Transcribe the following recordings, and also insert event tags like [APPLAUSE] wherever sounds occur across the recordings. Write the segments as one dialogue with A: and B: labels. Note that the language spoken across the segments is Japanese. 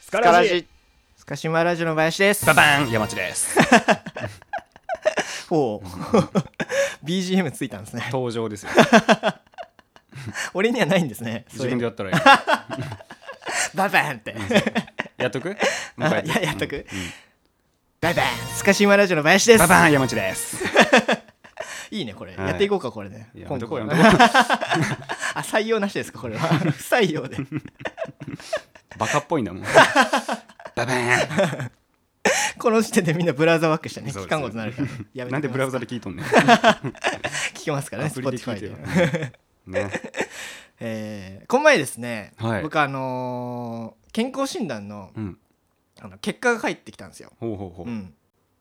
A: スカ
B: スカ
A: ラ
B: ラ
A: ジ
B: ジスカシマラジオの林です
A: ババーン山地です。
B: ほう [LAUGHS] BGM ついたんですね [LAUGHS]
A: 登場ですよ。
B: 俺にはないんですね
A: 自分で
B: で
A: やったらいい。
B: ババーンって
A: やっとくもう一回
B: あいややっと
A: うん
B: くババーンスカシマラジオの林です
A: ババーン山地です。
B: いいねこれ
A: はい
B: やっていこうかこれね
A: いや
B: 今
A: どこ
B: 度
A: やめとこ
B: [LAUGHS] あ採用なしですかこれは [LAUGHS] 不採用で
A: [LAUGHS] うバカっぽいんだもん。ババー
B: この時点でみんなブラウザバックしてね
A: そうです
B: 聞かんことになるから
A: [LAUGHS]
B: や
A: ン。
B: め
A: なんで
B: て
A: ブ
B: く
A: ラ
B: だ
A: ウ
B: さ
A: ザ
B: い
A: で聞いとんねん。
B: 聞きますから
A: ア
B: ね
A: プリで聞
B: Spotify
A: いて
B: で
A: よ。ね。
B: えーこの前ですね
A: はい
B: 僕あのー健康診断の
A: うん。
B: あの結果が返ってきたんですよ
A: ほうほうほ
B: う
A: う。
B: ん、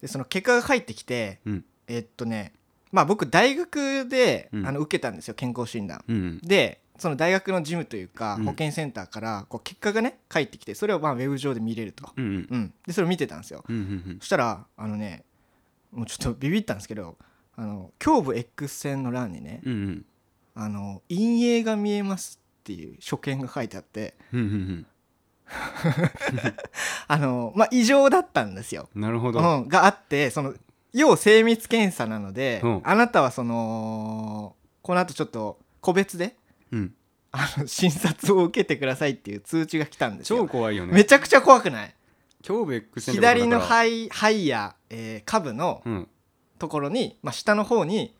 B: でその結果が返ってきて
A: うん。
B: えっとねまあ僕大学で、
A: うん
B: あの受けたんですよ健康診断、
A: うん。
B: でその大学のジムというか
A: うん
B: 保健センターからこう結果がね返ってきてそれをまあウェブ上で見れると、
A: うんうん。
B: うん、でそれを見てたんですよ
A: うんうん
B: そしたらあのねもうちょっとビビったんですけどあの胸部 X 線の欄にね
A: うん。うんうん
B: 「あの陰影が見えます」っていう所見が書いてあって
A: うんうん
B: あのまあ異常だったんですよ
A: うん。なるほど。
B: うん、があってその要精密検査なので、
A: うん
B: あなたはそのこの後ちょっと個別で
A: うん。
B: あの診察を受けてくださいっていう通知が来たんです
A: 超
B: よ、
A: 怖いよね
B: め。ちゃくちゃ怖くない
A: 胸部 X 線ってことだから
B: 左の肺肺や、えー下部の
A: うん。
B: ところに、まあ、下の方に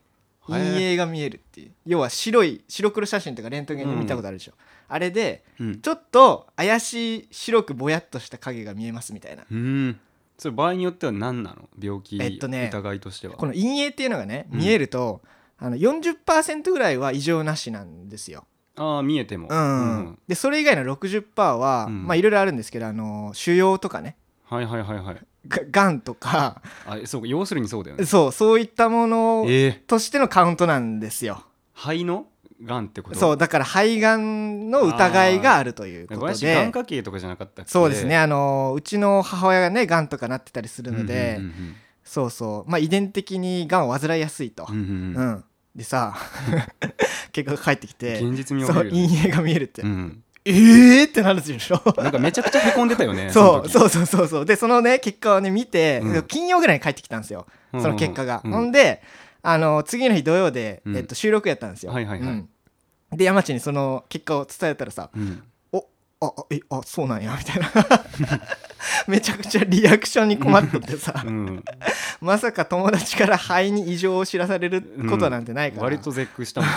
A: へー
B: 陰影が見えるっていう要は白い白黒写真とかレントゲンで見たことあるでしょ、あれで
A: うん。
B: ちょっと怪しい白くぼやっとした影が見えますみたいな
A: うん。それ場合によっては何なの病気
B: えっとね
A: 疑いとしては。
B: この陰影っていうのがね
A: うん
B: 見えると、あの40%ぐらいは異常なしなんですよ。
A: ああ見えても。
B: うん
A: うん
B: でそれ以外の60%は、
A: うん
B: まあいろいろあるんですけど、あの腫瘍とかね
A: はいはいはいはい。
B: ががんとか
A: あそうか要するにそうだよね。
B: [LAUGHS] そうそういったもの
A: ええ
B: としてのカウントなんですよ。
A: 肺のがんってこと
B: そうだから肺がんの疑いがあるということ
A: 私がん
B: で。
A: 家系とかじゃなかったっけ
B: そうですね、あのうちの母親がねがんとかなってたりするので、
A: うん
B: そうそうまあ遺伝的にがんを患いやすいと、
A: うんうんうん
B: う
A: うん
B: ん、でさ [LAUGHS] 結果が返ってきて
A: 現実味を
B: そう
A: 帯びるよね
B: 陰影が見えるって、
A: うん
B: ええってなるでしょ
A: なんかめちゃくちゃへこんでたよね
B: そう
A: う
B: そうそうそうそうでそのね結果をね見て、
A: うん
B: 金曜ぐらいに帰ってきたんですよ、その結果が、
A: うん
B: ほんであの次の日土曜で、
A: うん
B: えっと、収録やったんですよ、
A: はいはいはい
B: うんで山地にその結果を伝えたらさ
A: うん
B: 「おああえあそうなんや」みた
A: [LAUGHS]
B: いなめちゃくちゃリアクションに困っとってさ、
A: うん
B: まさか友達から肺に異常を知らされることなんてないから、
A: 割と絶句
B: [LAUGHS]
A: したもん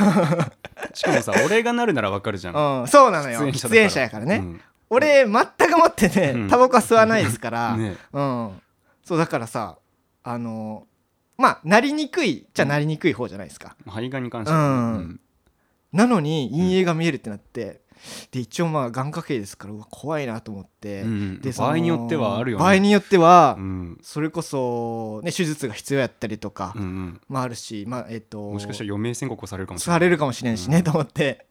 A: しかもさ俺がなるならわかるじゃん
B: うん、そうなのよ喫煙者
A: だ
B: やからね、
A: うん
B: 俺全くもってね、
A: うん
B: タバコは吸わないですか
A: [LAUGHS]
B: ら、
A: ね
B: うんそうだからさあのまあなりにくいじゃなりにくい方じゃないですか、
A: 肺がんに関してはね
B: うんなのに陰影が見えるってなってで一応まあ眼科系ですからうわ怖いなと思って、
A: うんうん
B: でその
A: 場合によってはあるよね
B: 場合によっては、
A: うん
B: それこそ、ね、手術が必要やったりとか、
A: うんうん
B: まああるしまあえっ、と
A: もしかしたら余命宣告をされるかもしれな
B: さ
A: い
B: れるかもしれんしね、
A: うん
B: と思って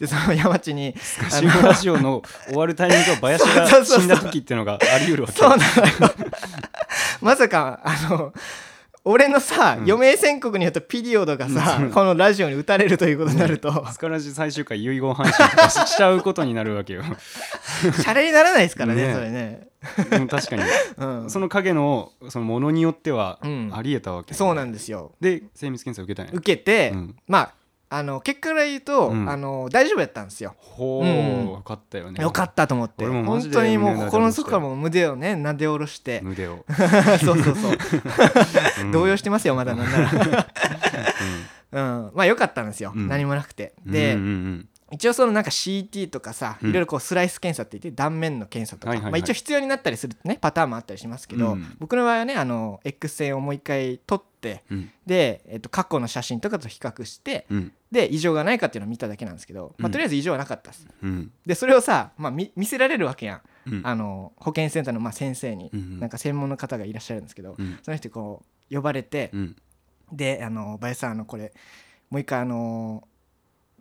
B: でその山
A: [LAUGHS]
B: 地に
A: スカシムラジオの終わるタイミングが林
B: [LAUGHS]
A: が死んだ時っていうのがあり得るわけ
B: そうなのよまさかあの俺のさ、
A: うん
B: 余命宣告によってピリオドがさ、
A: うん
B: このラジオに打たれるということになると、
A: スカラジ最終回遺言反射とかしちゃうことになるわ
B: [LAUGHS]
A: けよ
B: シャレにならないですからね
A: ね
B: それね、
A: でも確かに
B: うん、
A: そ
B: そ
A: の影のそのものによっては
B: うん
A: ありえたわけ、
B: うなんですよ
A: で精密検査受けたんや
B: 受けて、
A: うん
B: まああの結果から言うと、
A: うん
B: あの大丈夫やったんですよ、
A: ほう、
B: うん
A: よかったよね
B: よかったと思って
A: 俺もマジ
B: 本
A: で
B: 当にもう
A: 胸なで下ろして
B: 心の底からもう胸をねなで下ろして、
A: 胸を、
B: そうそうそう、
A: うん
B: [LAUGHS] 動揺してますよまだなんなら、うん、まあよかったんですよ、
A: うん
B: 何もなくて
A: うん
B: で、
A: うんうん
B: 一応そのなんか CT とかさ、
A: うん
B: いろいろこうスライス検査って言って断面の検査とか、
A: はいはいはい
B: まあ、一応必要になったりするねパターンもあったりしますけど、
A: うん
B: 僕の場合はねあの X 線をもう一回撮って
A: うん
B: で、えっと、過去の写真とかと比較して
A: うん
B: で異常がないかっていうのを見ただけなんですけど、
A: う
B: まあ、
A: ん
B: とりあえず異常はなかったです。
A: うん
B: でそれをさ、まあ、見見せられるわけやん、
A: うん
B: あの保健センターのまあ先生に、
A: うん
B: なんか専門の方がいらっしゃるんですけど、
A: うん
B: その人にこう呼ばれて、
A: うん
B: であの林さんあのこれもう一回あの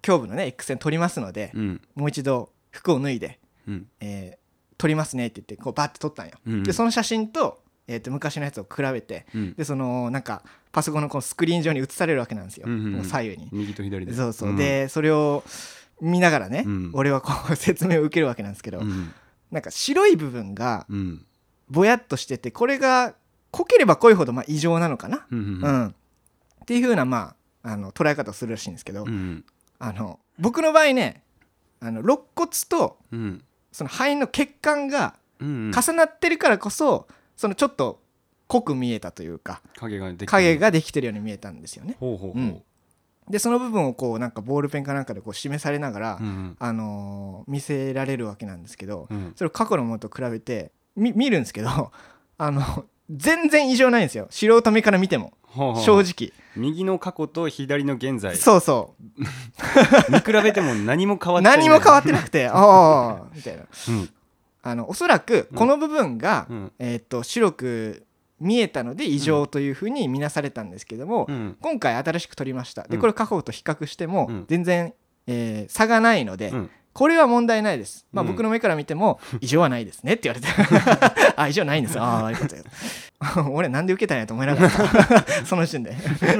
B: 胸部のね X 線撮りますので、
A: うん
B: もう一度服を脱いで、
A: うん
B: えー撮りますねって言ってこうバッて撮ったんよ、
A: うん
B: でその写真と,、えーと昔のやつを比べて
A: うん
B: でそのなんかパソコンのこのスクリーン上に映されるわけなんですよ、
A: うんうんうん
B: もう左右に、
A: 右と左で
B: そうそう、
A: ん
B: でそれを見ながらね、
A: うん
B: [LAUGHS] 俺はこう説明を受けるわけなんですけど、
A: うん
B: なんか白い部分が
A: うん
B: ぼやっとしててこれが濃ければ濃いほどまあ異常なのかな、
A: うん
B: う
A: うんん
B: っていう風なまああの捉え方をするらしいんですけど、
A: うん
B: あの僕の場合ねあの肋骨と
A: うん
B: その肺の血管が
A: うん
B: 重なってるからこそ、そのちょっと濃く見えたというか
A: 影ができてる
B: 影ができてるように見えたんですよね。
A: ほうほうほう
B: うんでその部分をこうなんかボールペンかなんかでこう示されながら、
A: うん
B: あのー見せられるわけなんですけど、
A: うん
B: それを過去のものと比べてみ見るんですけど [LAUGHS] あの全然異常ないんですよ素人目から見ても
A: ほうほう
B: 正直、
A: 右の過去と左の現在
B: そうそ
A: 見比べても何も変わ
B: う
A: ってない
B: 何も変わってな
A: [LAUGHS]
B: くてああみたいな
A: うん
B: あのおそらくこの部分が、
A: うん
B: えーっと白く見えたので異常というふうに見なされたんですけども、
A: うん
B: 今回新しく撮りましたで
A: うん
B: これ過去と比較しても
A: うん
B: 全然、えー差がないので、
A: うん
B: これは問題ないです、まあ、
A: うん
B: 僕の目から見
A: [LAUGHS]
B: ても異常はないですねって言われて [LAUGHS] あ異常ないんですああよかったよかった [LAUGHS] 俺なんで受けたんやと思いながら [LAUGHS] さその時点で [LAUGHS]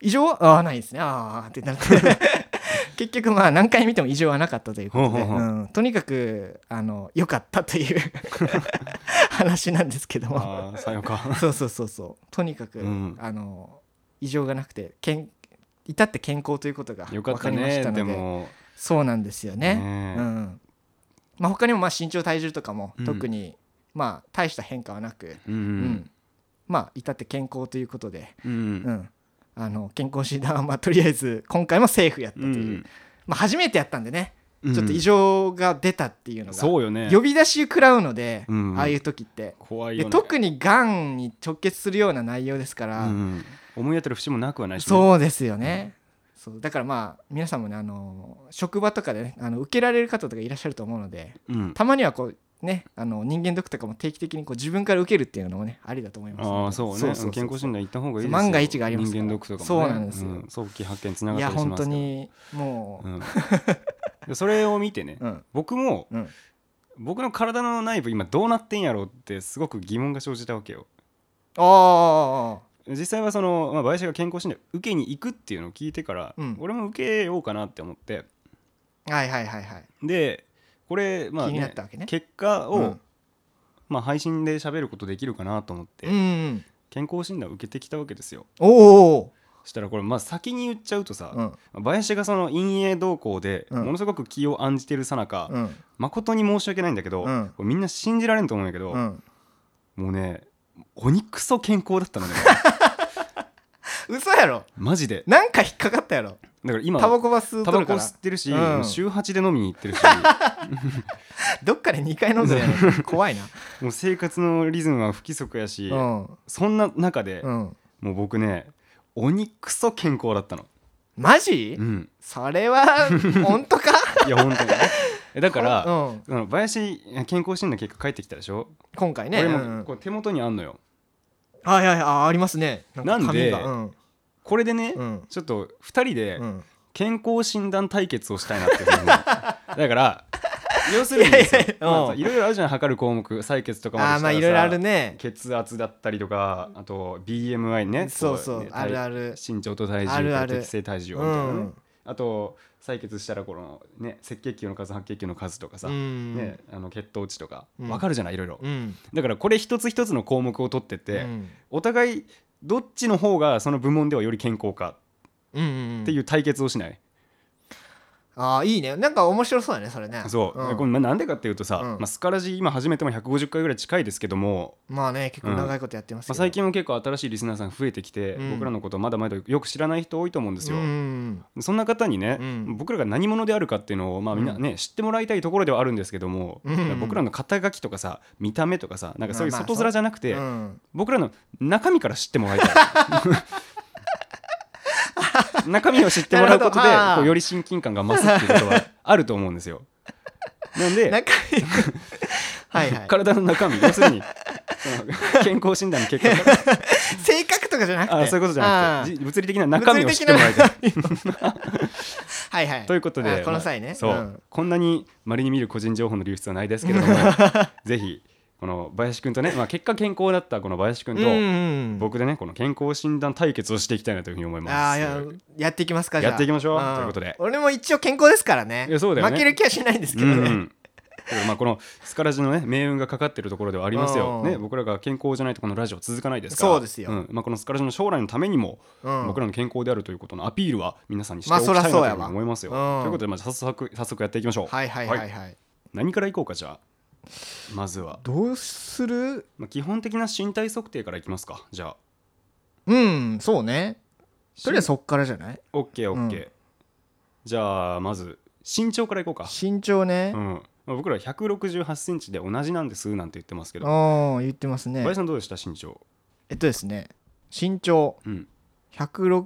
B: 異常はああないですねああってなって [LAUGHS] 結局まあ何回見ても異常はなかったということで
A: ほうほうほう
B: うんとにかくあの良かったという [LAUGHS] 話なんですけども
A: ああさよう
B: [LAUGHS]
A: か
B: そうそうそうそうとにかく、
A: うん
B: あの異常がなくてけん至って健康ということが分
A: よかっ
B: か
A: た
B: りまし
A: ね
B: たの
A: で
B: で
A: も
B: そうなんですよね。
A: ねえ
B: うんまあ、他にもまあ身長体重とかも
A: うん
B: 特にまあ大した変化はなく、
A: うん
B: うんまあ至って健康ということで、
A: う
B: うんん、あの健康診断はまあとりあえず今回もセーフやったと
A: う
B: い
A: ん
B: う、まあ、初めてやったんでね、
A: うん
B: ちょっと異常が出たっていうのが
A: そうよね
B: 呼び出し食らうので、
A: うん
B: ああいう時って。
A: 怖いよ
B: で
A: ね
B: 特にがんに直結するような内容ですから、
A: うん思い当たる節もなくはないしね
B: そうですよね、そうだからまあ皆さんもねあの職場とかで、ね、あの受けられる方とかいらっしゃると思うので
A: うん
B: たまにはこうねあの人間ドックとかも定期的にこう自分から受けるっていうのもねありだと思いますので
A: ああそうね健康診断行った方がいいですよ
B: 万が一がありますから
A: 人間ドックとかもね
B: そうなんですよ
A: う早期発見つながっ
B: い
A: た
B: や
A: りします
B: 本
A: か
B: 当
A: ら
B: にもう、
A: うんでそれを見てね
B: うん
A: 僕も
B: うん
A: 僕の体の内部今どうなってんやろうってすごく疑問が生じたわけよ
B: ああ
A: 実際はその、まあ、林が健康診断受けに行くっていうのを聞いてから、
B: うん
A: 俺も受けようかなって思って
B: はいはいはいはい
A: でこれまあ、ね、
B: 気になったわけね
A: 結果を、
B: うん
A: まあ、配信で喋ることできるかなと思って、
B: うんうん
A: 健康診断受けてきたわけですよ
B: おーお
A: したらこれまあ先に言っちゃうとさ、
B: ーうん
A: 林がその陰影動向で
B: うん
A: ものすごく気を案じてるさなか
B: うん
A: 誠に申し訳ないんだけど、
B: うん
A: これみんな信じられんと思うんやけど、
B: うん
A: もうね鬼くそ健康だった
B: [LAUGHS]
A: のね
B: 嘘やろ
A: マジで
B: なんか引っかかったやろ
A: だから今
B: タバコは吸う
A: タ
B: とる
A: バ
B: か
A: コ
B: ら
A: 吸ってるし、
B: うん
A: 週8で飲みに行って
B: [LAUGHS]
A: るし
B: どっかで2回飲んでるやろ怖いな
A: もう生活のリズムは不規則やし、
B: うん
A: そんな中で、
B: うん
A: もう僕ね鬼くそ健康だったの、
B: マジ、
A: うん、
B: そ
A: [LAUGHS]
B: れは本当か
A: いや本当に
B: [LAUGHS]
A: ねえだから、
B: うん、
A: その林健康診断結果返ってきたでしょ、
B: 今回ね
A: 俺
B: うんう
A: も
B: ん
A: こう手元にあんのよ
B: はいはいあありますねなんか紙が
A: なんで
B: うん
A: これでね、
B: うん
A: ちょっと2人で
B: うん
A: 健康診断対決をしたいなっていうふう
B: [LAUGHS]
A: に思うだから要するにですよ
B: いやいや
A: まあ
B: うん
A: いろいろあるじゃん測る項目採血とかも
B: あーまあいろいろあるね
A: 血圧だったりとかあと BMI ね
B: そうそう
A: こね
B: あるある
A: 身長と体重
B: あるある
A: と適正体重をみ
B: う
A: たいなね、
B: ん
A: あと採血したらこのね赤血球の数白血球の数とかさ、
B: うん
A: ね、あの血糖値とか、
B: うん
A: わかるじゃないいろいろ、
B: うん
A: だからこれ一つ一つの項目を取ってって、
B: うん
A: お互いどっちの方がその部門ではより健康か
B: うんうん
A: っていう対決をしない、
B: ああいいねなんか面白そうだねそれね
A: そう、
B: ん
A: これまあなんでかっていうとさ、
B: うん
A: まあ、スカラジ今始めても150回ぐらい近いですけども、
B: まあね結構長いことやってますけ
A: まあ、
B: ど
A: 最近も結構新しいリスナーさん増えてきて、
B: うん
A: 僕らのことまだまだよく知らない人多いと思うんですよ、
B: うん
A: そんな方にね、
B: うん
A: 僕らが何者であるかっていうのを、まあ、みんなね、知ってもらいたいところではあるんですけども、
B: うん
A: 僕らの肩書きとかさ見た目とかさなんかそういう
B: まあまあ
A: 外面じゃなくて、
B: うん
A: 僕らの中身から知ってもらいたい中身を知ってもらうことで
B: なるほどあー
A: こうより親近感が増すっていうことはあると思うんですよ。なんで
B: 中身
A: [LAUGHS]
B: はいはい
A: 体の中身要する
B: [LAUGHS]
A: にその健康診断の結果から
B: 性格とかじゃなく
A: あ
B: て
A: ーそういうことじゃなく
B: あ
A: て
B: ー
A: じ物理的な中身を知ってもらいたい。
B: はいは
A: [LAUGHS]
B: い
A: ということで
B: あこの際ね、
A: まあそう、
B: ん
A: こんなにまれに見る個人情報の流出はないですけれ
B: [LAUGHS]
A: どもぜひこの林くんとね、まあ、結果健康だったこの林くんと、
B: うん
A: 僕でねこの健康診断対決をしていきたいなというふうに思います。
B: ああややっていきますかじゃあ
A: やっていきましょうんということで
B: 俺も一応健康ですからね
A: いやそうだよね
B: 負ける気はしないんですけ
A: う
B: ど
A: んう
B: ね
A: んからまあこのスカラジのね命運がかかってるところではありますよ、
B: うん
A: ね、僕らが健康じゃないとこのラジオ続かないですから
B: そうですよ
A: んまあ、このスカラジの将来のためにも、
B: うん
A: 僕らの健康であるということのアピールは皆さんにして
B: まあ
A: おきたいなと
B: そ
A: い
B: ら
A: うふ
B: そうや
A: う
B: わ
A: に思いますよ、
B: うん
A: ということでまあ早速早速やっていきましょう、
B: はいはいはいはい、
A: 何からいこうかじゃあまずは、
B: どうする
A: まあ、基本的な身体測定からいきますかじゃあ
B: うんそうねとりあえずそっからじゃない
A: オッケーオッケー、
B: う
A: じゃあまず身長からいこうか、
B: 身長ね
A: うんまあ、僕ら1 6 8ンチで同じなんですなんて言ってますけど
B: ああ言ってますね
A: 林さんどうでした身長
B: えっとですね身長
A: うん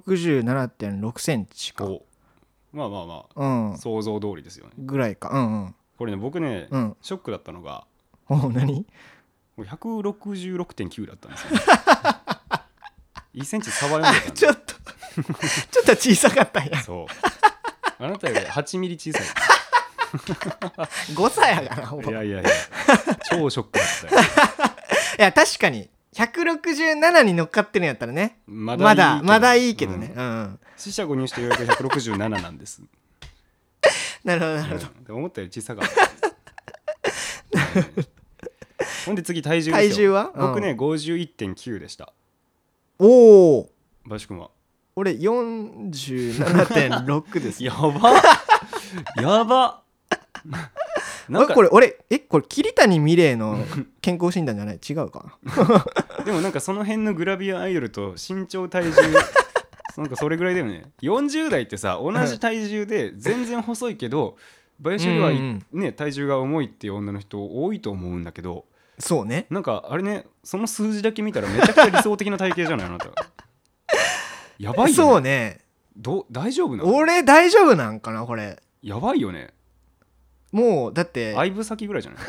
B: 167.6センチか
A: おまあまあまあ、
B: うん
A: 想像通りですよね
B: ぐらいかうん
A: これね僕ね、
B: うんうん
A: ショックだったのが
B: おう何
A: もう166.9だったんです
B: [LAUGHS]
A: よ、ね、1センチ差は読んでたん
B: ちょっとちょっと小さかったんや
A: だそうあなたより8ミリ小さい
B: 誤差やがなほぼ
A: い
B: [LAUGHS] いや
A: やいやいや超ショックだったよ
B: 確かに167に乗っかってるんやったらね
A: ま
B: まだまだ
A: い
B: い
A: い
B: いけどね
A: うん
B: うんうん
A: 四捨五入してようやく167なんです、
B: なるほど [LAUGHS] なるほど
A: うんで思ったより小さか
B: [LAUGHS]
A: ったですうんほんで次体重ですよ
B: 体重はうん
A: 僕ね51.9でした
B: おお
A: 林くんは
B: 俺47.6です
A: [LAUGHS] やばや
B: [LAUGHS]
A: ばなん
B: あ
A: か
B: これ俺えこれ桐谷美玲の健康診断じゃない違うか
A: [LAUGHS] でもなんかその辺のグラビアアイドルと身長体重
B: [LAUGHS]
A: なんかそれぐらいだよね40代ってさ同じ体重で全然細いけど林よりはい
B: うん
A: ね体重が重いっていう女の人多いと思うんだけど
B: そうね
A: なんかあれねその数字だけ見たらめちゃくちゃ理想的な体型じゃないあな
B: [LAUGHS]
A: たやばいよ、ね、
B: そうね
A: どう大丈夫なの
B: 俺大丈夫なんかなこれ
A: やばいよね
B: もうだって
A: 相武先ぐらいじゃ
B: [LAUGHS]
A: ない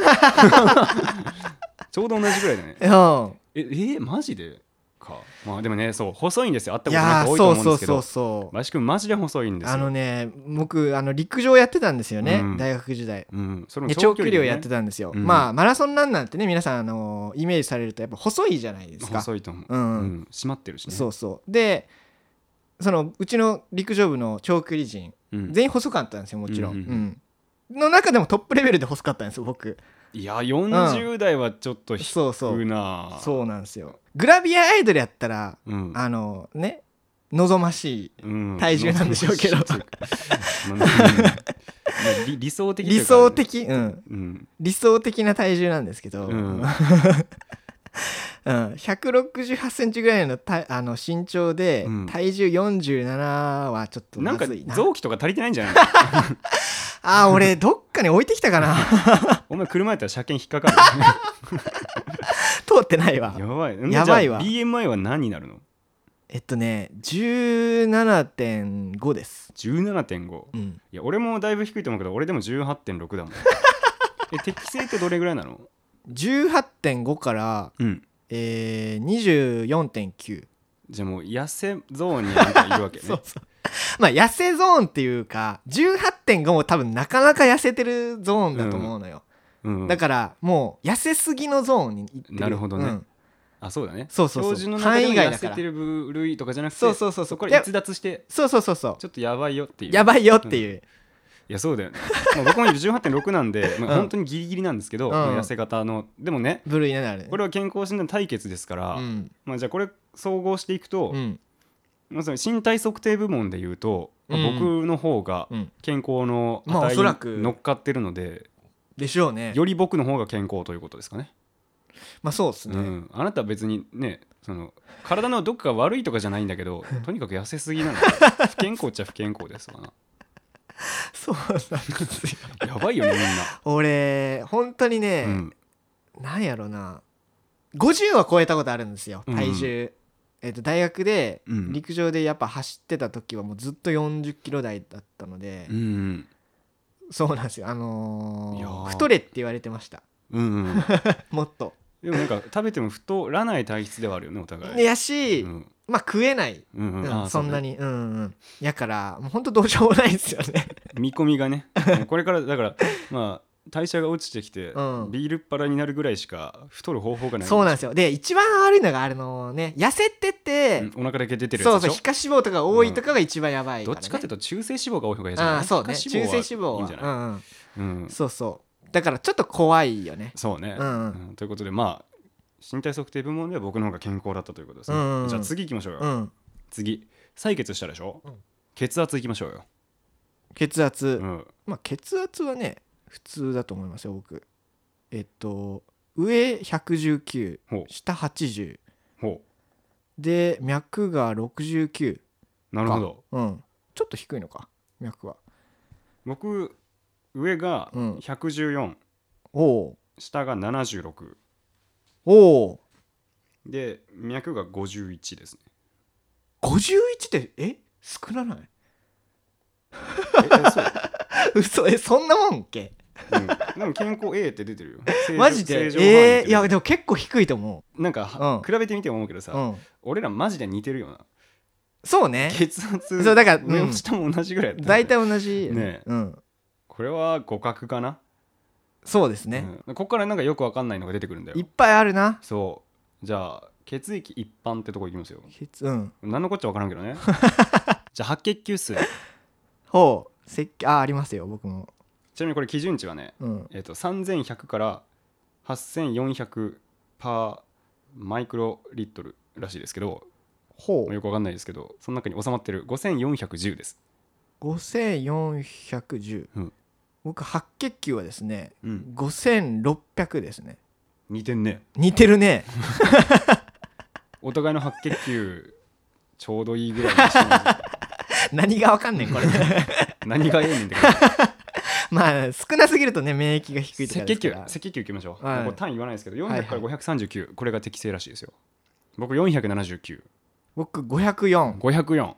A: ちょうど同じぐらいだね
B: うん
A: ええーマジでかまあでもねそう細いんですよ会った
B: い
A: ことな
B: や
A: い人多
B: ー
A: いと
B: そう
A: 思うん
B: そ
A: で
B: う
A: すけ
B: そう
A: ど
B: そう
A: 林くんマジで細いんですよ
B: あのね僕あの陸上やってたんですよね、
A: うん
B: 大学時代
A: うん、それも
B: で長距離を
A: ね
B: やってたんですよ、
A: うん
B: まあマラソンランナーってね皆さん、あのイメージされるとやっぱ細いじゃないですか
A: 細いと思う、
B: うん
A: うん締まってるしね
B: そうそうでそのうちの陸上部の長距離陣
A: うん
B: 全員細かったんですよもちろん、
A: う
B: うんん
A: うんう
B: の中でもトップレベルで細かったんです
A: [LAUGHS]
B: よ僕
A: いや40代はちょっと低
B: そうそう
A: いな
B: そうなんですよグラビアアイドルやったら
A: うん、
B: あのね望ましい
A: うん
B: 体重なんでしょうけど
A: まあうんま
B: [LAUGHS]
A: あ理理想的という
B: 理
A: か
B: 想的、うん、
A: うん、
B: 理想的な体重なんですけど、
A: う
B: うん [LAUGHS] ん168センチぐらいの体あの身長で、
A: うん
B: 体重47はちょっと
A: な
B: ま
A: んか
B: ずいな
A: 臓器とか足りてないんじゃないの [LAUGHS]
B: あー俺どっかに置いてきたかな
A: お前車やったら車検引っかか
B: 通ってないわ
A: る [LAUGHS] やばい
B: [LAUGHS] やばいわ
A: じゃあ BMI は何になるの
B: えっとね17.5です、
A: 17.5
B: うん、
A: いや俺もだいぶ低いと思うけど俺でも18.6だもん
B: [LAUGHS]
A: え適正ってどれぐらいなの
B: 18.5から、
A: うん
B: えー、24.9
A: じゃあもう痩せゾーンになんかいるわけね
B: [LAUGHS] そうそうまあ痩せゾーンっていうか18.5も多分なかなか痩せてるゾーンだと思うのよ、
A: うん、
B: だからもう痩せすぎのゾーンに行ってる
A: なるほどね
B: うん
A: あそうだね
B: そうそうそう
A: 標準の中で
B: 範
A: も
B: 囲
A: 痩
B: 外だか
A: せ
B: ら
A: てる部類とかじゃなくて
B: そうそうそうそう
A: そこから逸脱して
B: そうそうそうそう
A: ちょっとやばいよっていう
B: やばいよっていう、
A: いやそうだよね、まあ、僕も今18.6なん
B: [LAUGHS]
A: で、まあ、
B: うん
A: 本当にギリギリなんですけど、
B: うん
A: まあ痩せ方のでもね
B: 部類になるね
A: これは健康診断対決ですから、
B: うん
A: まあ、じゃあこれ総合していくと、
B: うん
A: まあ、その身体測定部門でいうと、まあ
B: うん
A: 僕の方が
B: うん
A: 健康の
B: まあ
A: 値
B: おそらく
A: に乗っかってるので、
B: でしょうね
A: より僕の方が健康ということですかね。
B: まあそうですね、
A: うん、あなたは別にねその体のどこか悪いとかじゃないんだけ
B: [LAUGHS]
A: どとにかく痩せすぎなので不健康っちゃ不健康ですわ
B: そうなんですよ
A: なやばいよ
B: [LAUGHS]
A: ねみんな
B: 俺本当にね、
A: うん
B: なんやろな50は超えたことあるんですよ
A: うん
B: 体重、えっと大学で
A: うん
B: 陸上でやっぱ走ってた時はもうずっと40キロ台だったので、
A: うん
B: そうなんですよあ
A: いや
B: の
A: ー
B: ー太れって言われてました
A: うんうんう
B: [LAUGHS]
A: ん
B: もっと
A: でもなんか食べても太らない体質ではあるよねお互い
B: やし、
A: うん
B: まあ食えない、
A: うん
B: う
A: うんんあ
B: そんな
A: うね
B: にうんうんやからもうほんとどうしようもないです
A: [LAUGHS]
B: よね
A: 見込みが
B: [LAUGHS]
A: ねもうこれからだからまあ代謝が落ちてきて、
B: うん
A: ビールっ腹になるぐらいしか太る方法がない
B: そうなんですよで一番悪いのがあのね痩せてて、
A: うんお腹だけ出てる
B: そ
A: や
B: う
A: つ
B: そ
A: で
B: う
A: しょ
B: 皮下脂肪とか多いとかが一番やばいか
A: ど
B: ら、
A: っ
B: ね
A: ちかっていうと中性脂肪が多い方がいいじゃ
B: あ
A: な
B: あ
A: い
B: そうね
A: 皮
B: 中
A: 下
B: 性脂
A: 肪
B: 肪
A: はいいん
B: は
A: じゃ
B: う
A: ない
B: んうん
A: うん
B: そうそうだからちょっと怖いよね
A: そうね、
B: うんうん
A: うんということでまあ身体測定部門では僕の方が健康だったということですね、
B: うんうんうん
A: じゃあ次行きましょうよ、
B: うん
A: 次採血したでしょ、
B: うん
A: 血圧行きましょうよ、
B: 血圧、
A: うん、
B: まあ血圧はね普通だと思いますよ僕えっと上119
A: ほ
B: 下80
A: うほ
B: で脈が69か
A: うなるほど
B: うんちょっと低いのか脈は
A: 僕上が
B: うん
A: 114、
B: おお
A: 下が76
B: おお
A: で脈が51ですね
B: 51ってえ少なない
A: ええそう
B: [LAUGHS] 嘘えそんなもんっけ [LAUGHS]
A: うんでも健康 A って出てるよ。正常
B: マジ
A: 正
B: で
A: 常範囲っ
B: え
A: て出て
B: ー、
A: る
B: いやでも結構低いと思
A: なんか、
B: うん
A: 比べてみても思うけどさ、
B: う、うん、
A: 俺らマジで似てるよな。
B: そうね
A: 血圧
B: そうだから
A: 上
B: う
A: も
B: ん
A: 下も同じぐらいだった、
B: 大体同じよ
A: ね
B: うん
A: これは互角かな。
B: そうですね、
A: うんここからなんかよくわかんないのが出てくるんだよ
B: いっ。ぱいあるな
A: そう。じゃあ血液一般ってとこいきますよ。
B: 血うん
A: 何のこっちゃわからんけど [LAUGHS] ね。じゃあ白血球数。ちな
B: ほうせっあありますよ僕も
A: みにこれ基準値はね、
B: うん
A: えっと3100から8400パーマイクロリットルらしいですけど、
B: ほう
A: よくわかんないですけどその中に収まってる5410です、
B: 5410、
A: うん
B: 僕白血球はですね
A: うん、
B: 5600ですね
A: 似てんね
B: 似てるね
A: お互いの白血球ちょうどいいぐらいにしてます
B: 何がわかんねんこれ
A: 何がええねんって
B: まあ少なすぎるとね免疫が低いとか
A: 赤
B: で
A: 血
B: すか
A: 球
B: ら
A: 赤血球いきましょう、
B: はい
A: これ単位言わないですけど
B: はい
A: 400から539これが適正らしいですよ僕479504504
B: 僕504
A: っ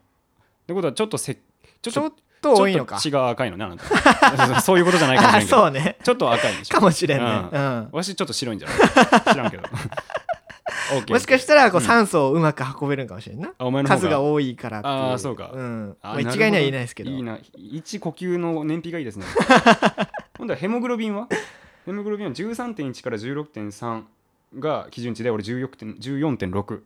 A: てことはちょっとせちょっ
B: ちょ
A: と
B: っと多いの
A: ちょっ
B: か
A: と血が赤いのねあなた [LAUGHS] そういうことじゃないかもし
B: [LAUGHS] あ
A: れんけど
B: そうね
A: ちょっと赤いんでしょ
B: かもしれんね、
A: う
B: うん
A: わしちょっと白いんじゃ
B: [LAUGHS]
A: ない知らんけど [LAUGHS] OK
B: もしかしたらこう
A: うん
B: 酸素をうまく運べるんかもしれんな、
A: あお前の方
B: 数が多いからってい
A: あーそうか
B: ん
A: あ
B: まあ、
A: なるほ
B: 一
A: ど
B: 概には言えないですけど
A: いいな一呼吸の燃費がいい
B: [LAUGHS]
A: ですね今度はヘモグロビンはヘモグロビンは13.1から16.3が基準値で俺14.6 14.6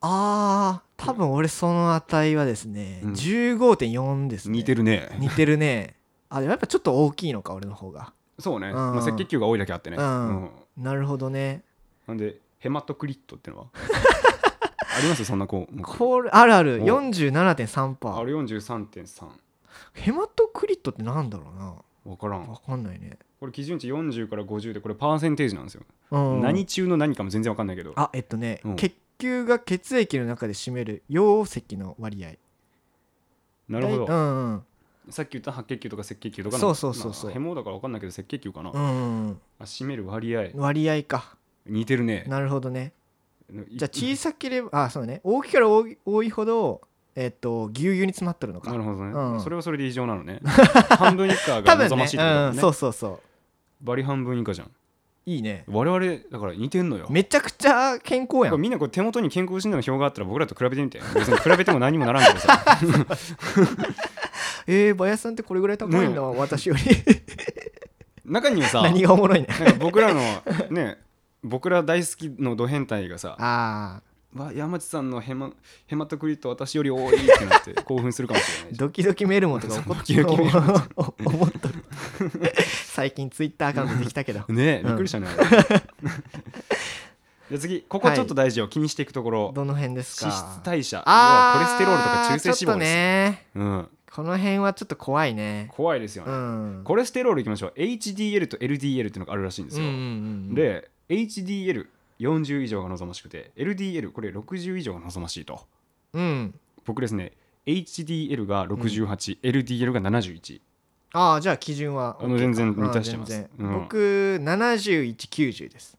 B: あー多分俺その値はですね、
A: うん
B: 15.4ですね
A: 似てるね
B: 似てるねあでもやっぱちょっと大きいのか俺の方が
A: そうね、
B: ん
A: まあ、赤血球が多いだけあってね、
B: うんなるほどね
A: なんでヘマトクリットって
B: [LAUGHS]
A: のはありますそんなこう
B: これあるある
A: おあ
B: 47.3%
A: れ43.3
B: ヘマトクリットってなんだろうな
A: 分からん
B: わかんないね、
A: これ基準値40から50でこれパーセンテージなんですよ、
B: うん、
A: 何中の何かも全然分かんないけど
B: あえっとね、
A: うん
B: 血球が血液の中で占める溶石の割合
A: なるほど、
B: だいうんうん
A: さっき言った白血球とか赤血球とかの
B: そうそうそうそう
A: まあヘモだから分かんないけど赤血球かな、
B: うんうん
A: あ占める割合
B: うん割合か
A: 似てるね
B: なるほどね
A: い
B: じゃあ小さければあそうね大きければ多い多いほどえっとぎゅうぎゅうに詰まっとるのか
A: なるほどね、
B: うん
A: それはそれで異常なの
B: [LAUGHS]
A: ね半分以下
B: 多
A: が
B: 分
A: 望
B: ね
A: ましいってことだも
B: うんん
A: ね
B: そうそうそう
A: バリ半分以下じゃん
B: いいね
A: 我々だから似てんのよ
B: めちゃくちゃ健康
A: こ
B: や
A: れ
B: ん
A: みんなこう手元に健康診断の表があったら僕らと比べてみて別に比べても何もならんけどさ
B: えー、バヤさんってこれぐらい高いん
A: ね
B: だ、私よ
A: [LAUGHS]
B: り
A: [LAUGHS] 中にはさ
B: 何がお
A: [LAUGHS]
B: もろいね
A: なんか僕らのね僕ら大好きのド変態がさ
B: あ
A: わ山地さんのヘマヘマトクリット私より多いって [LAUGHS] なって興奮するかもしれない
B: ードキドキメルモとか怒っ
A: ドキ [LAUGHS] ドキメル
B: お [LAUGHS] 思っとる最近ツイッターアカウントできたけど
A: ねえ、
B: うん
A: びっくりした [LAUGHS] ね。じゃあ次、ここちょっと大事よ、気にしていくところ。
B: どの辺ですか
A: 脂質代謝、要
B: あ
A: はコ
B: ー
A: レステロールとか中性脂
B: ちょっ
A: 肪
B: と
A: です。
B: ね
A: うん、
B: この辺はちょっと怖いね
A: 怖いですよ
B: う
A: ね、
B: ん
A: コレステロールいきましょう。HDL と LDL っていうのがあるらしいんですよ。
B: うんうんうんうん
A: で、HDL40 以上が望ましくて、LDL これ60以上が望ましいと。
B: うん
A: 僕ですね、HDL が68、LDL が71。
B: ああじゃあ基準は
A: あの全然
B: OK か
A: 満たしてます
B: あー全
A: う
B: 然
A: ん
B: 僕7190です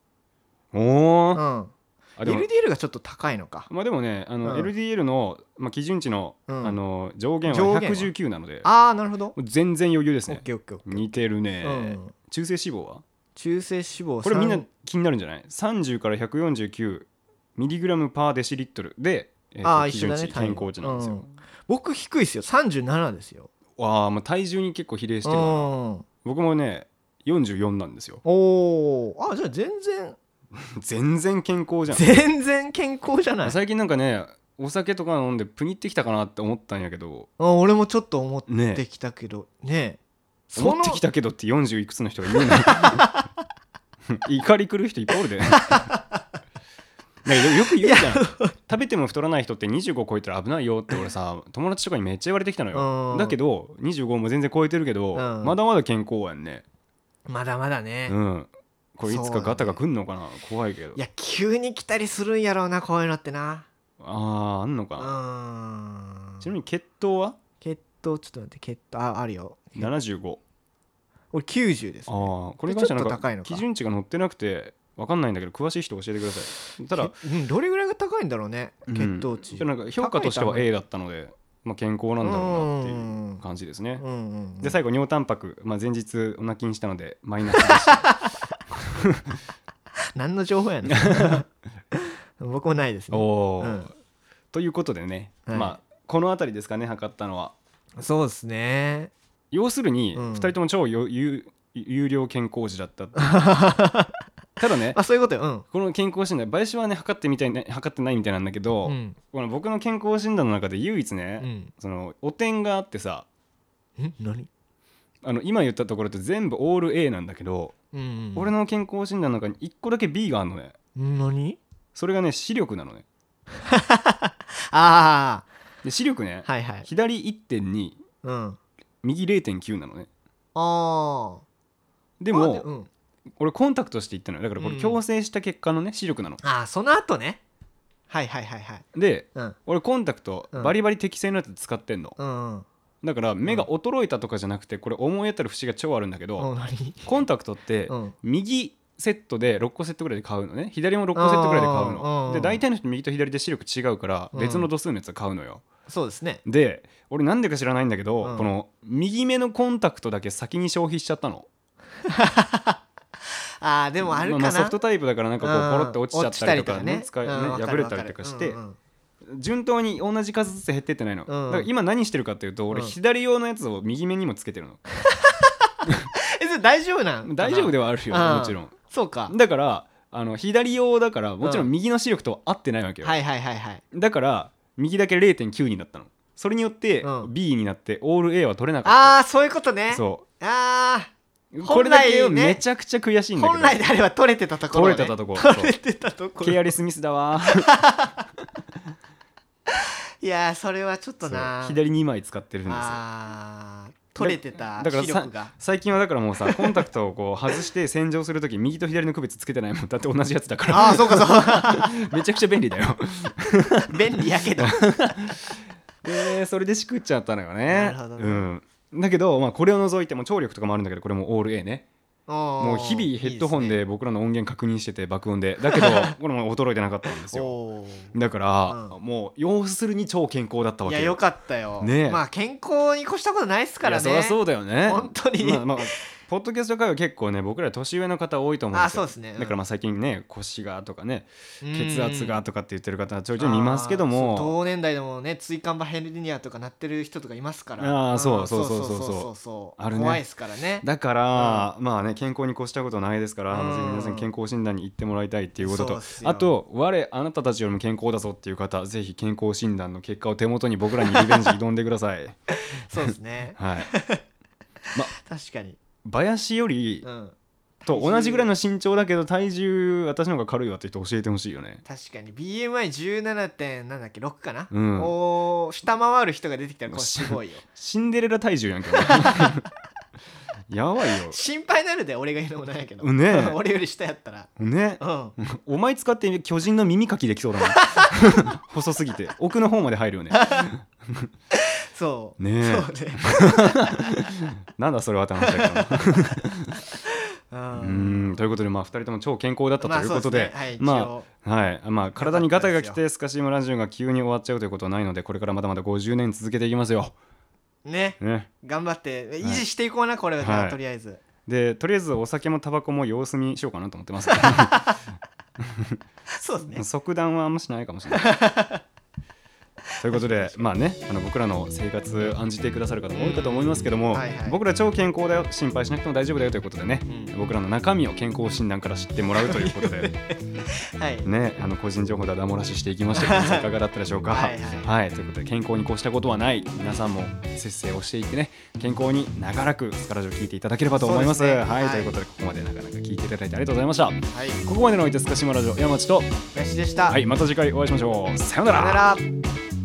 A: お
B: う
A: ー、
B: ん
A: あでも
B: LDL がちょっと高いのか
A: まあでもね、あの
B: うん
A: LDL の、まあ、基準値の,、
B: うん
A: あの上限は
B: 上限は
A: 119なので、
B: ああなるほど
A: もう全然余裕です
B: オ
A: ね
B: ッ。ケーオッケーオッケー
A: 似てるね、
B: うん
A: 中性脂肪は
B: 中性脂肪
A: これみんな
B: 3
A: 気になるんじゃない ?30 から149ミリグラムパーデシリットルで、えーと
B: あー
A: 基
B: 一緒
A: 準
B: だ
A: 値、
B: ね
A: 健康値なんですよ。
B: 僕低いですよ37ですよ
A: わあ、もう体重に結構比例して
B: うん
A: る。僕もね、44なんですよ。 [LAUGHS]
B: おーあじゃあ全然
A: 全然健康じゃん。
B: 全然健康じゃない
A: 最近なんかね、お酒とか飲んでプニってきたかなって思ったんやけど、
B: あ俺もちょっと思っ
A: ね
B: てきたけどねその
A: 思ってきたけどって40いくつの人が言うの
B: [LAUGHS]
A: 怒り狂う人いっぱいおるでなんかよく言うじゃん食べても太らない人って25超えたら危ないよって俺さ友達とかにめっちゃ言われてきたの
B: う
A: よ
B: ん
A: だけど25も全然超えてるけど、
B: うん
A: まだまだ健康やんね
B: まだまだね、
A: うんこれいつかガタが来んのかな怖いけど
B: いや急に来たりするんやろうなこういうのってな
A: あーあんの
B: う
A: か
B: ーん
A: ちなみに血糖は
B: 血糖ちょっと待って血糖ああるよ
A: 75
B: 俺90です
A: ああこれに
B: で
A: 関しては
B: ちょっと
A: なん
B: 高い
A: か
B: のか
A: 基準値が載ってなくて分かんないんだけど詳しい人教えてくださいただ
B: けうん、どれぐらいが高いんだろうね血糖値、
A: うん、じゃあなんか評価としては
B: 高い
A: A だったので、まあ、健康なんだろうなっていう感じですね
B: うんうんうん
A: で最後尿タンパク、まあ、前日お泣きにしたのでマイナスで
B: [LAUGHS]
A: した、
B: 何の情報やねん
A: [LAUGHS]
B: 僕もないですね
A: おー
B: うん
A: ということでね、
B: はい
A: まあこの辺りですかね測ったのは
B: そうですね
A: 要するに
B: うん
A: 2人とも超有有有料健康児だったって
B: [LAUGHS]
A: いうただね
B: あそういうことよ
A: この健康診断林はね測ってみたいな測ってないみたいなんだけど、
B: うんうん
A: この僕の健康診断の中で唯一
B: う
A: ね、
B: ん
A: その汚点があってさ
B: ん何
A: あの今言ったところって全部オール A なんだけど、
B: うん
A: 俺の健康診断の中に1個だけ B があるのね
B: 何
A: それがね視力なのね
B: あ
A: で視力ね、
B: あはいはい
A: 左1.2
B: うん
A: 右0.9なのね
B: ああ
A: で
B: まあ
A: も、
B: ねうん
A: 俺コンタクトしていったのよだからこ
B: う
A: れ
B: ん
A: 強制した結果のね視力なの、
B: ああその後ねはいはいはいはい
A: で
B: うん
A: 俺コンタクト
B: うん
A: バリバリ適正なやつ使ってんの、
B: うんうん
A: だから目が衰えたとかじゃなくてこれ思い当たる節が超あるんだけど、
B: お何
A: コンタクトって
B: うん
A: 右セットで6個セットぐらいで買うのね左も6個セットぐらいで買う
B: うん
A: ので大体の人右と左で視力違うから
B: うん
A: 別の度数のやつは買うのよ、
B: そうですね
A: で俺なんでか知らないんだけど、
B: うん
A: この右目のコンタクトだけ先に消費しちゃったの
B: ああでもあるかな、
A: ままソフトタイプだからなんかこうポロって落ちちゃったりとか,、ね
B: 落ち
A: 使いね
B: うんわか
A: 破
B: る
A: れ
B: わ
A: た
B: かる
A: りとかして、
B: うんうん
A: 順当に同じ数ずつ減ってってないの、
B: うん
A: だから今何してるかっていうと俺
B: うん
A: 左用のやつを右目にもつけてるの、
B: えそれ大丈夫なん
A: 大丈夫で
B: よ
A: はあるよ、
B: うん
A: もちろん
B: そうか
A: だからあの左用だからもちろん右の視力とは合ってないわけよ、
B: はいはいはいはい
A: だから右だけ0.9になったのそれによって
B: うん
A: B になってオール A は取れなかっ
B: ああそういうこと
A: た、
B: ね
A: そ
B: あ
A: うこれ
B: 本
A: だ
B: 来ね
A: けめちゃくちゃ悔しい
B: あ
A: んだけど
B: 本来であれば取れてたところをね、
A: 取れてたところ
B: 取れてたところ
A: ケアレスミスだわー
B: いやーそれはちょっとな
A: そう左2枚使ってるんですよ
B: あー取れてた
A: だから
B: 視
A: さ
B: 力が
A: 最近はだからもうさコンタクトをこう外して洗浄するとき右と左の区別つけてないもんだって同じやつだか
B: ああ
A: ら
B: そう
A: [LAUGHS]
B: かそう
A: めちゃくちゃ便利だよ
B: か便利やけど
A: でそれでしくっちゃったのよね
B: なるほどね
A: うん、だけど、まあ、これを除いても聴力とかもあるんだけどこれもオール A ね
B: も
A: もう日々ヘッドホンで僕らの音源確認してて爆音でだ
B: [LAUGHS]
A: けどこれも衰えてなかったんですよ
B: おー
A: だから、
B: う
A: もう要するに超健康だったわ
B: い
A: け
B: やよかったよ、
A: ねえ
B: まあ健康に越したことないっすからね
A: いやそりゃそうだよね
B: 本当に
A: まあまあポッドキャスト界は結構ね僕ら年上の方多いと思うんですよ
B: あそうですねうん
A: だからまあ最近ね腰がとかね
B: うん
A: 血圧がとかって言ってる方ちょいちょい見ますけど
B: あーそう
A: も
B: 同年代でもね椎間板ヘルニアとかなってる人とかいますから
A: あーそう
B: うん
A: そうそうそうそう
B: そうそう
A: あるね
B: 怖いですからね
A: だから、まあね健康に越したことないですから、
B: うん
A: ぜひ皆さん健康診断に行ってもらいたいっていうこと
B: そう
A: と
B: っすよ
A: あと我あなたたちよりも健康だぞっていう方ぜひ健康診断の結果を手元に僕らにリベンジ挑んでくださ
B: [LAUGHS]
A: い
B: そうですね
A: はい
B: 確かに、
A: 林より
B: うん、
A: と同じぐらいの身長だけど体重私の方が軽いわって人教えてほしいよね
B: 確かに BMI17. 点なんだっけ6かな、
A: うん
B: おー下回る人が出てきたらこれす
A: [LAUGHS]
B: ごいよ
A: シンデレラ体重やん
B: [LAUGHS]
A: け。お前やばいよ。
B: 心配なるで俺が言うのもなんやけど、
A: ねえ
B: [LAUGHS] 俺より下やったら
A: ね
B: う、ん
A: お前使って巨人の耳かきできそうだ
B: [LAUGHS]
A: な。細すぎて奥の方まで入るよね。
B: そう
A: ねえ
B: そうね
A: なんだそれはって話だ
B: [LAUGHS]
A: けど。う
B: う
A: んーんということでまあ二人とも超健康だったということで
B: まあそうですねは
A: まあ、
B: い、一応
A: はいまあ体にガタが来
B: よかった
A: てスカシウムラジオが急に終わっちゃうということはないのでこれからまだまだ50年続けていきますよ。
B: ね
A: ね。
B: 頑張って維持していこうな、これは、
A: はい
B: とりあえず
A: でとりあえずお酒もタバコも様子見しようかなと思って
B: [LAUGHS]
A: ます。
B: そうですね
A: 即断はあんましないかもしれない。 [LAUGHS] ということで、まあね、あの僕らの生活案じてくださる方も多いかと思いますけども、
B: はいはい
A: 僕ら超健康だよ心配しなくても大丈夫だよということでね、
B: うん
A: 僕らの中身を健康診断から知ってもらうということで
B: はい
A: ねあの個人情報ではダモらししていきましたけどいかがだったでしょうか。
B: はいはい
A: ということで健康に越したことはない皆さんも節制をしていってね健康に長らくスカラジオ聞いていただければと思います。
B: そうですね
A: はい、
B: はい
A: ということでここまで長らく聞いていただいてありがとうございました。
B: はい
A: ここまでのおいてスカシマラジオ山地と
B: 林でした
A: はいまた次回お会いしましょう。さような
B: さよ
A: ら
B: な。ら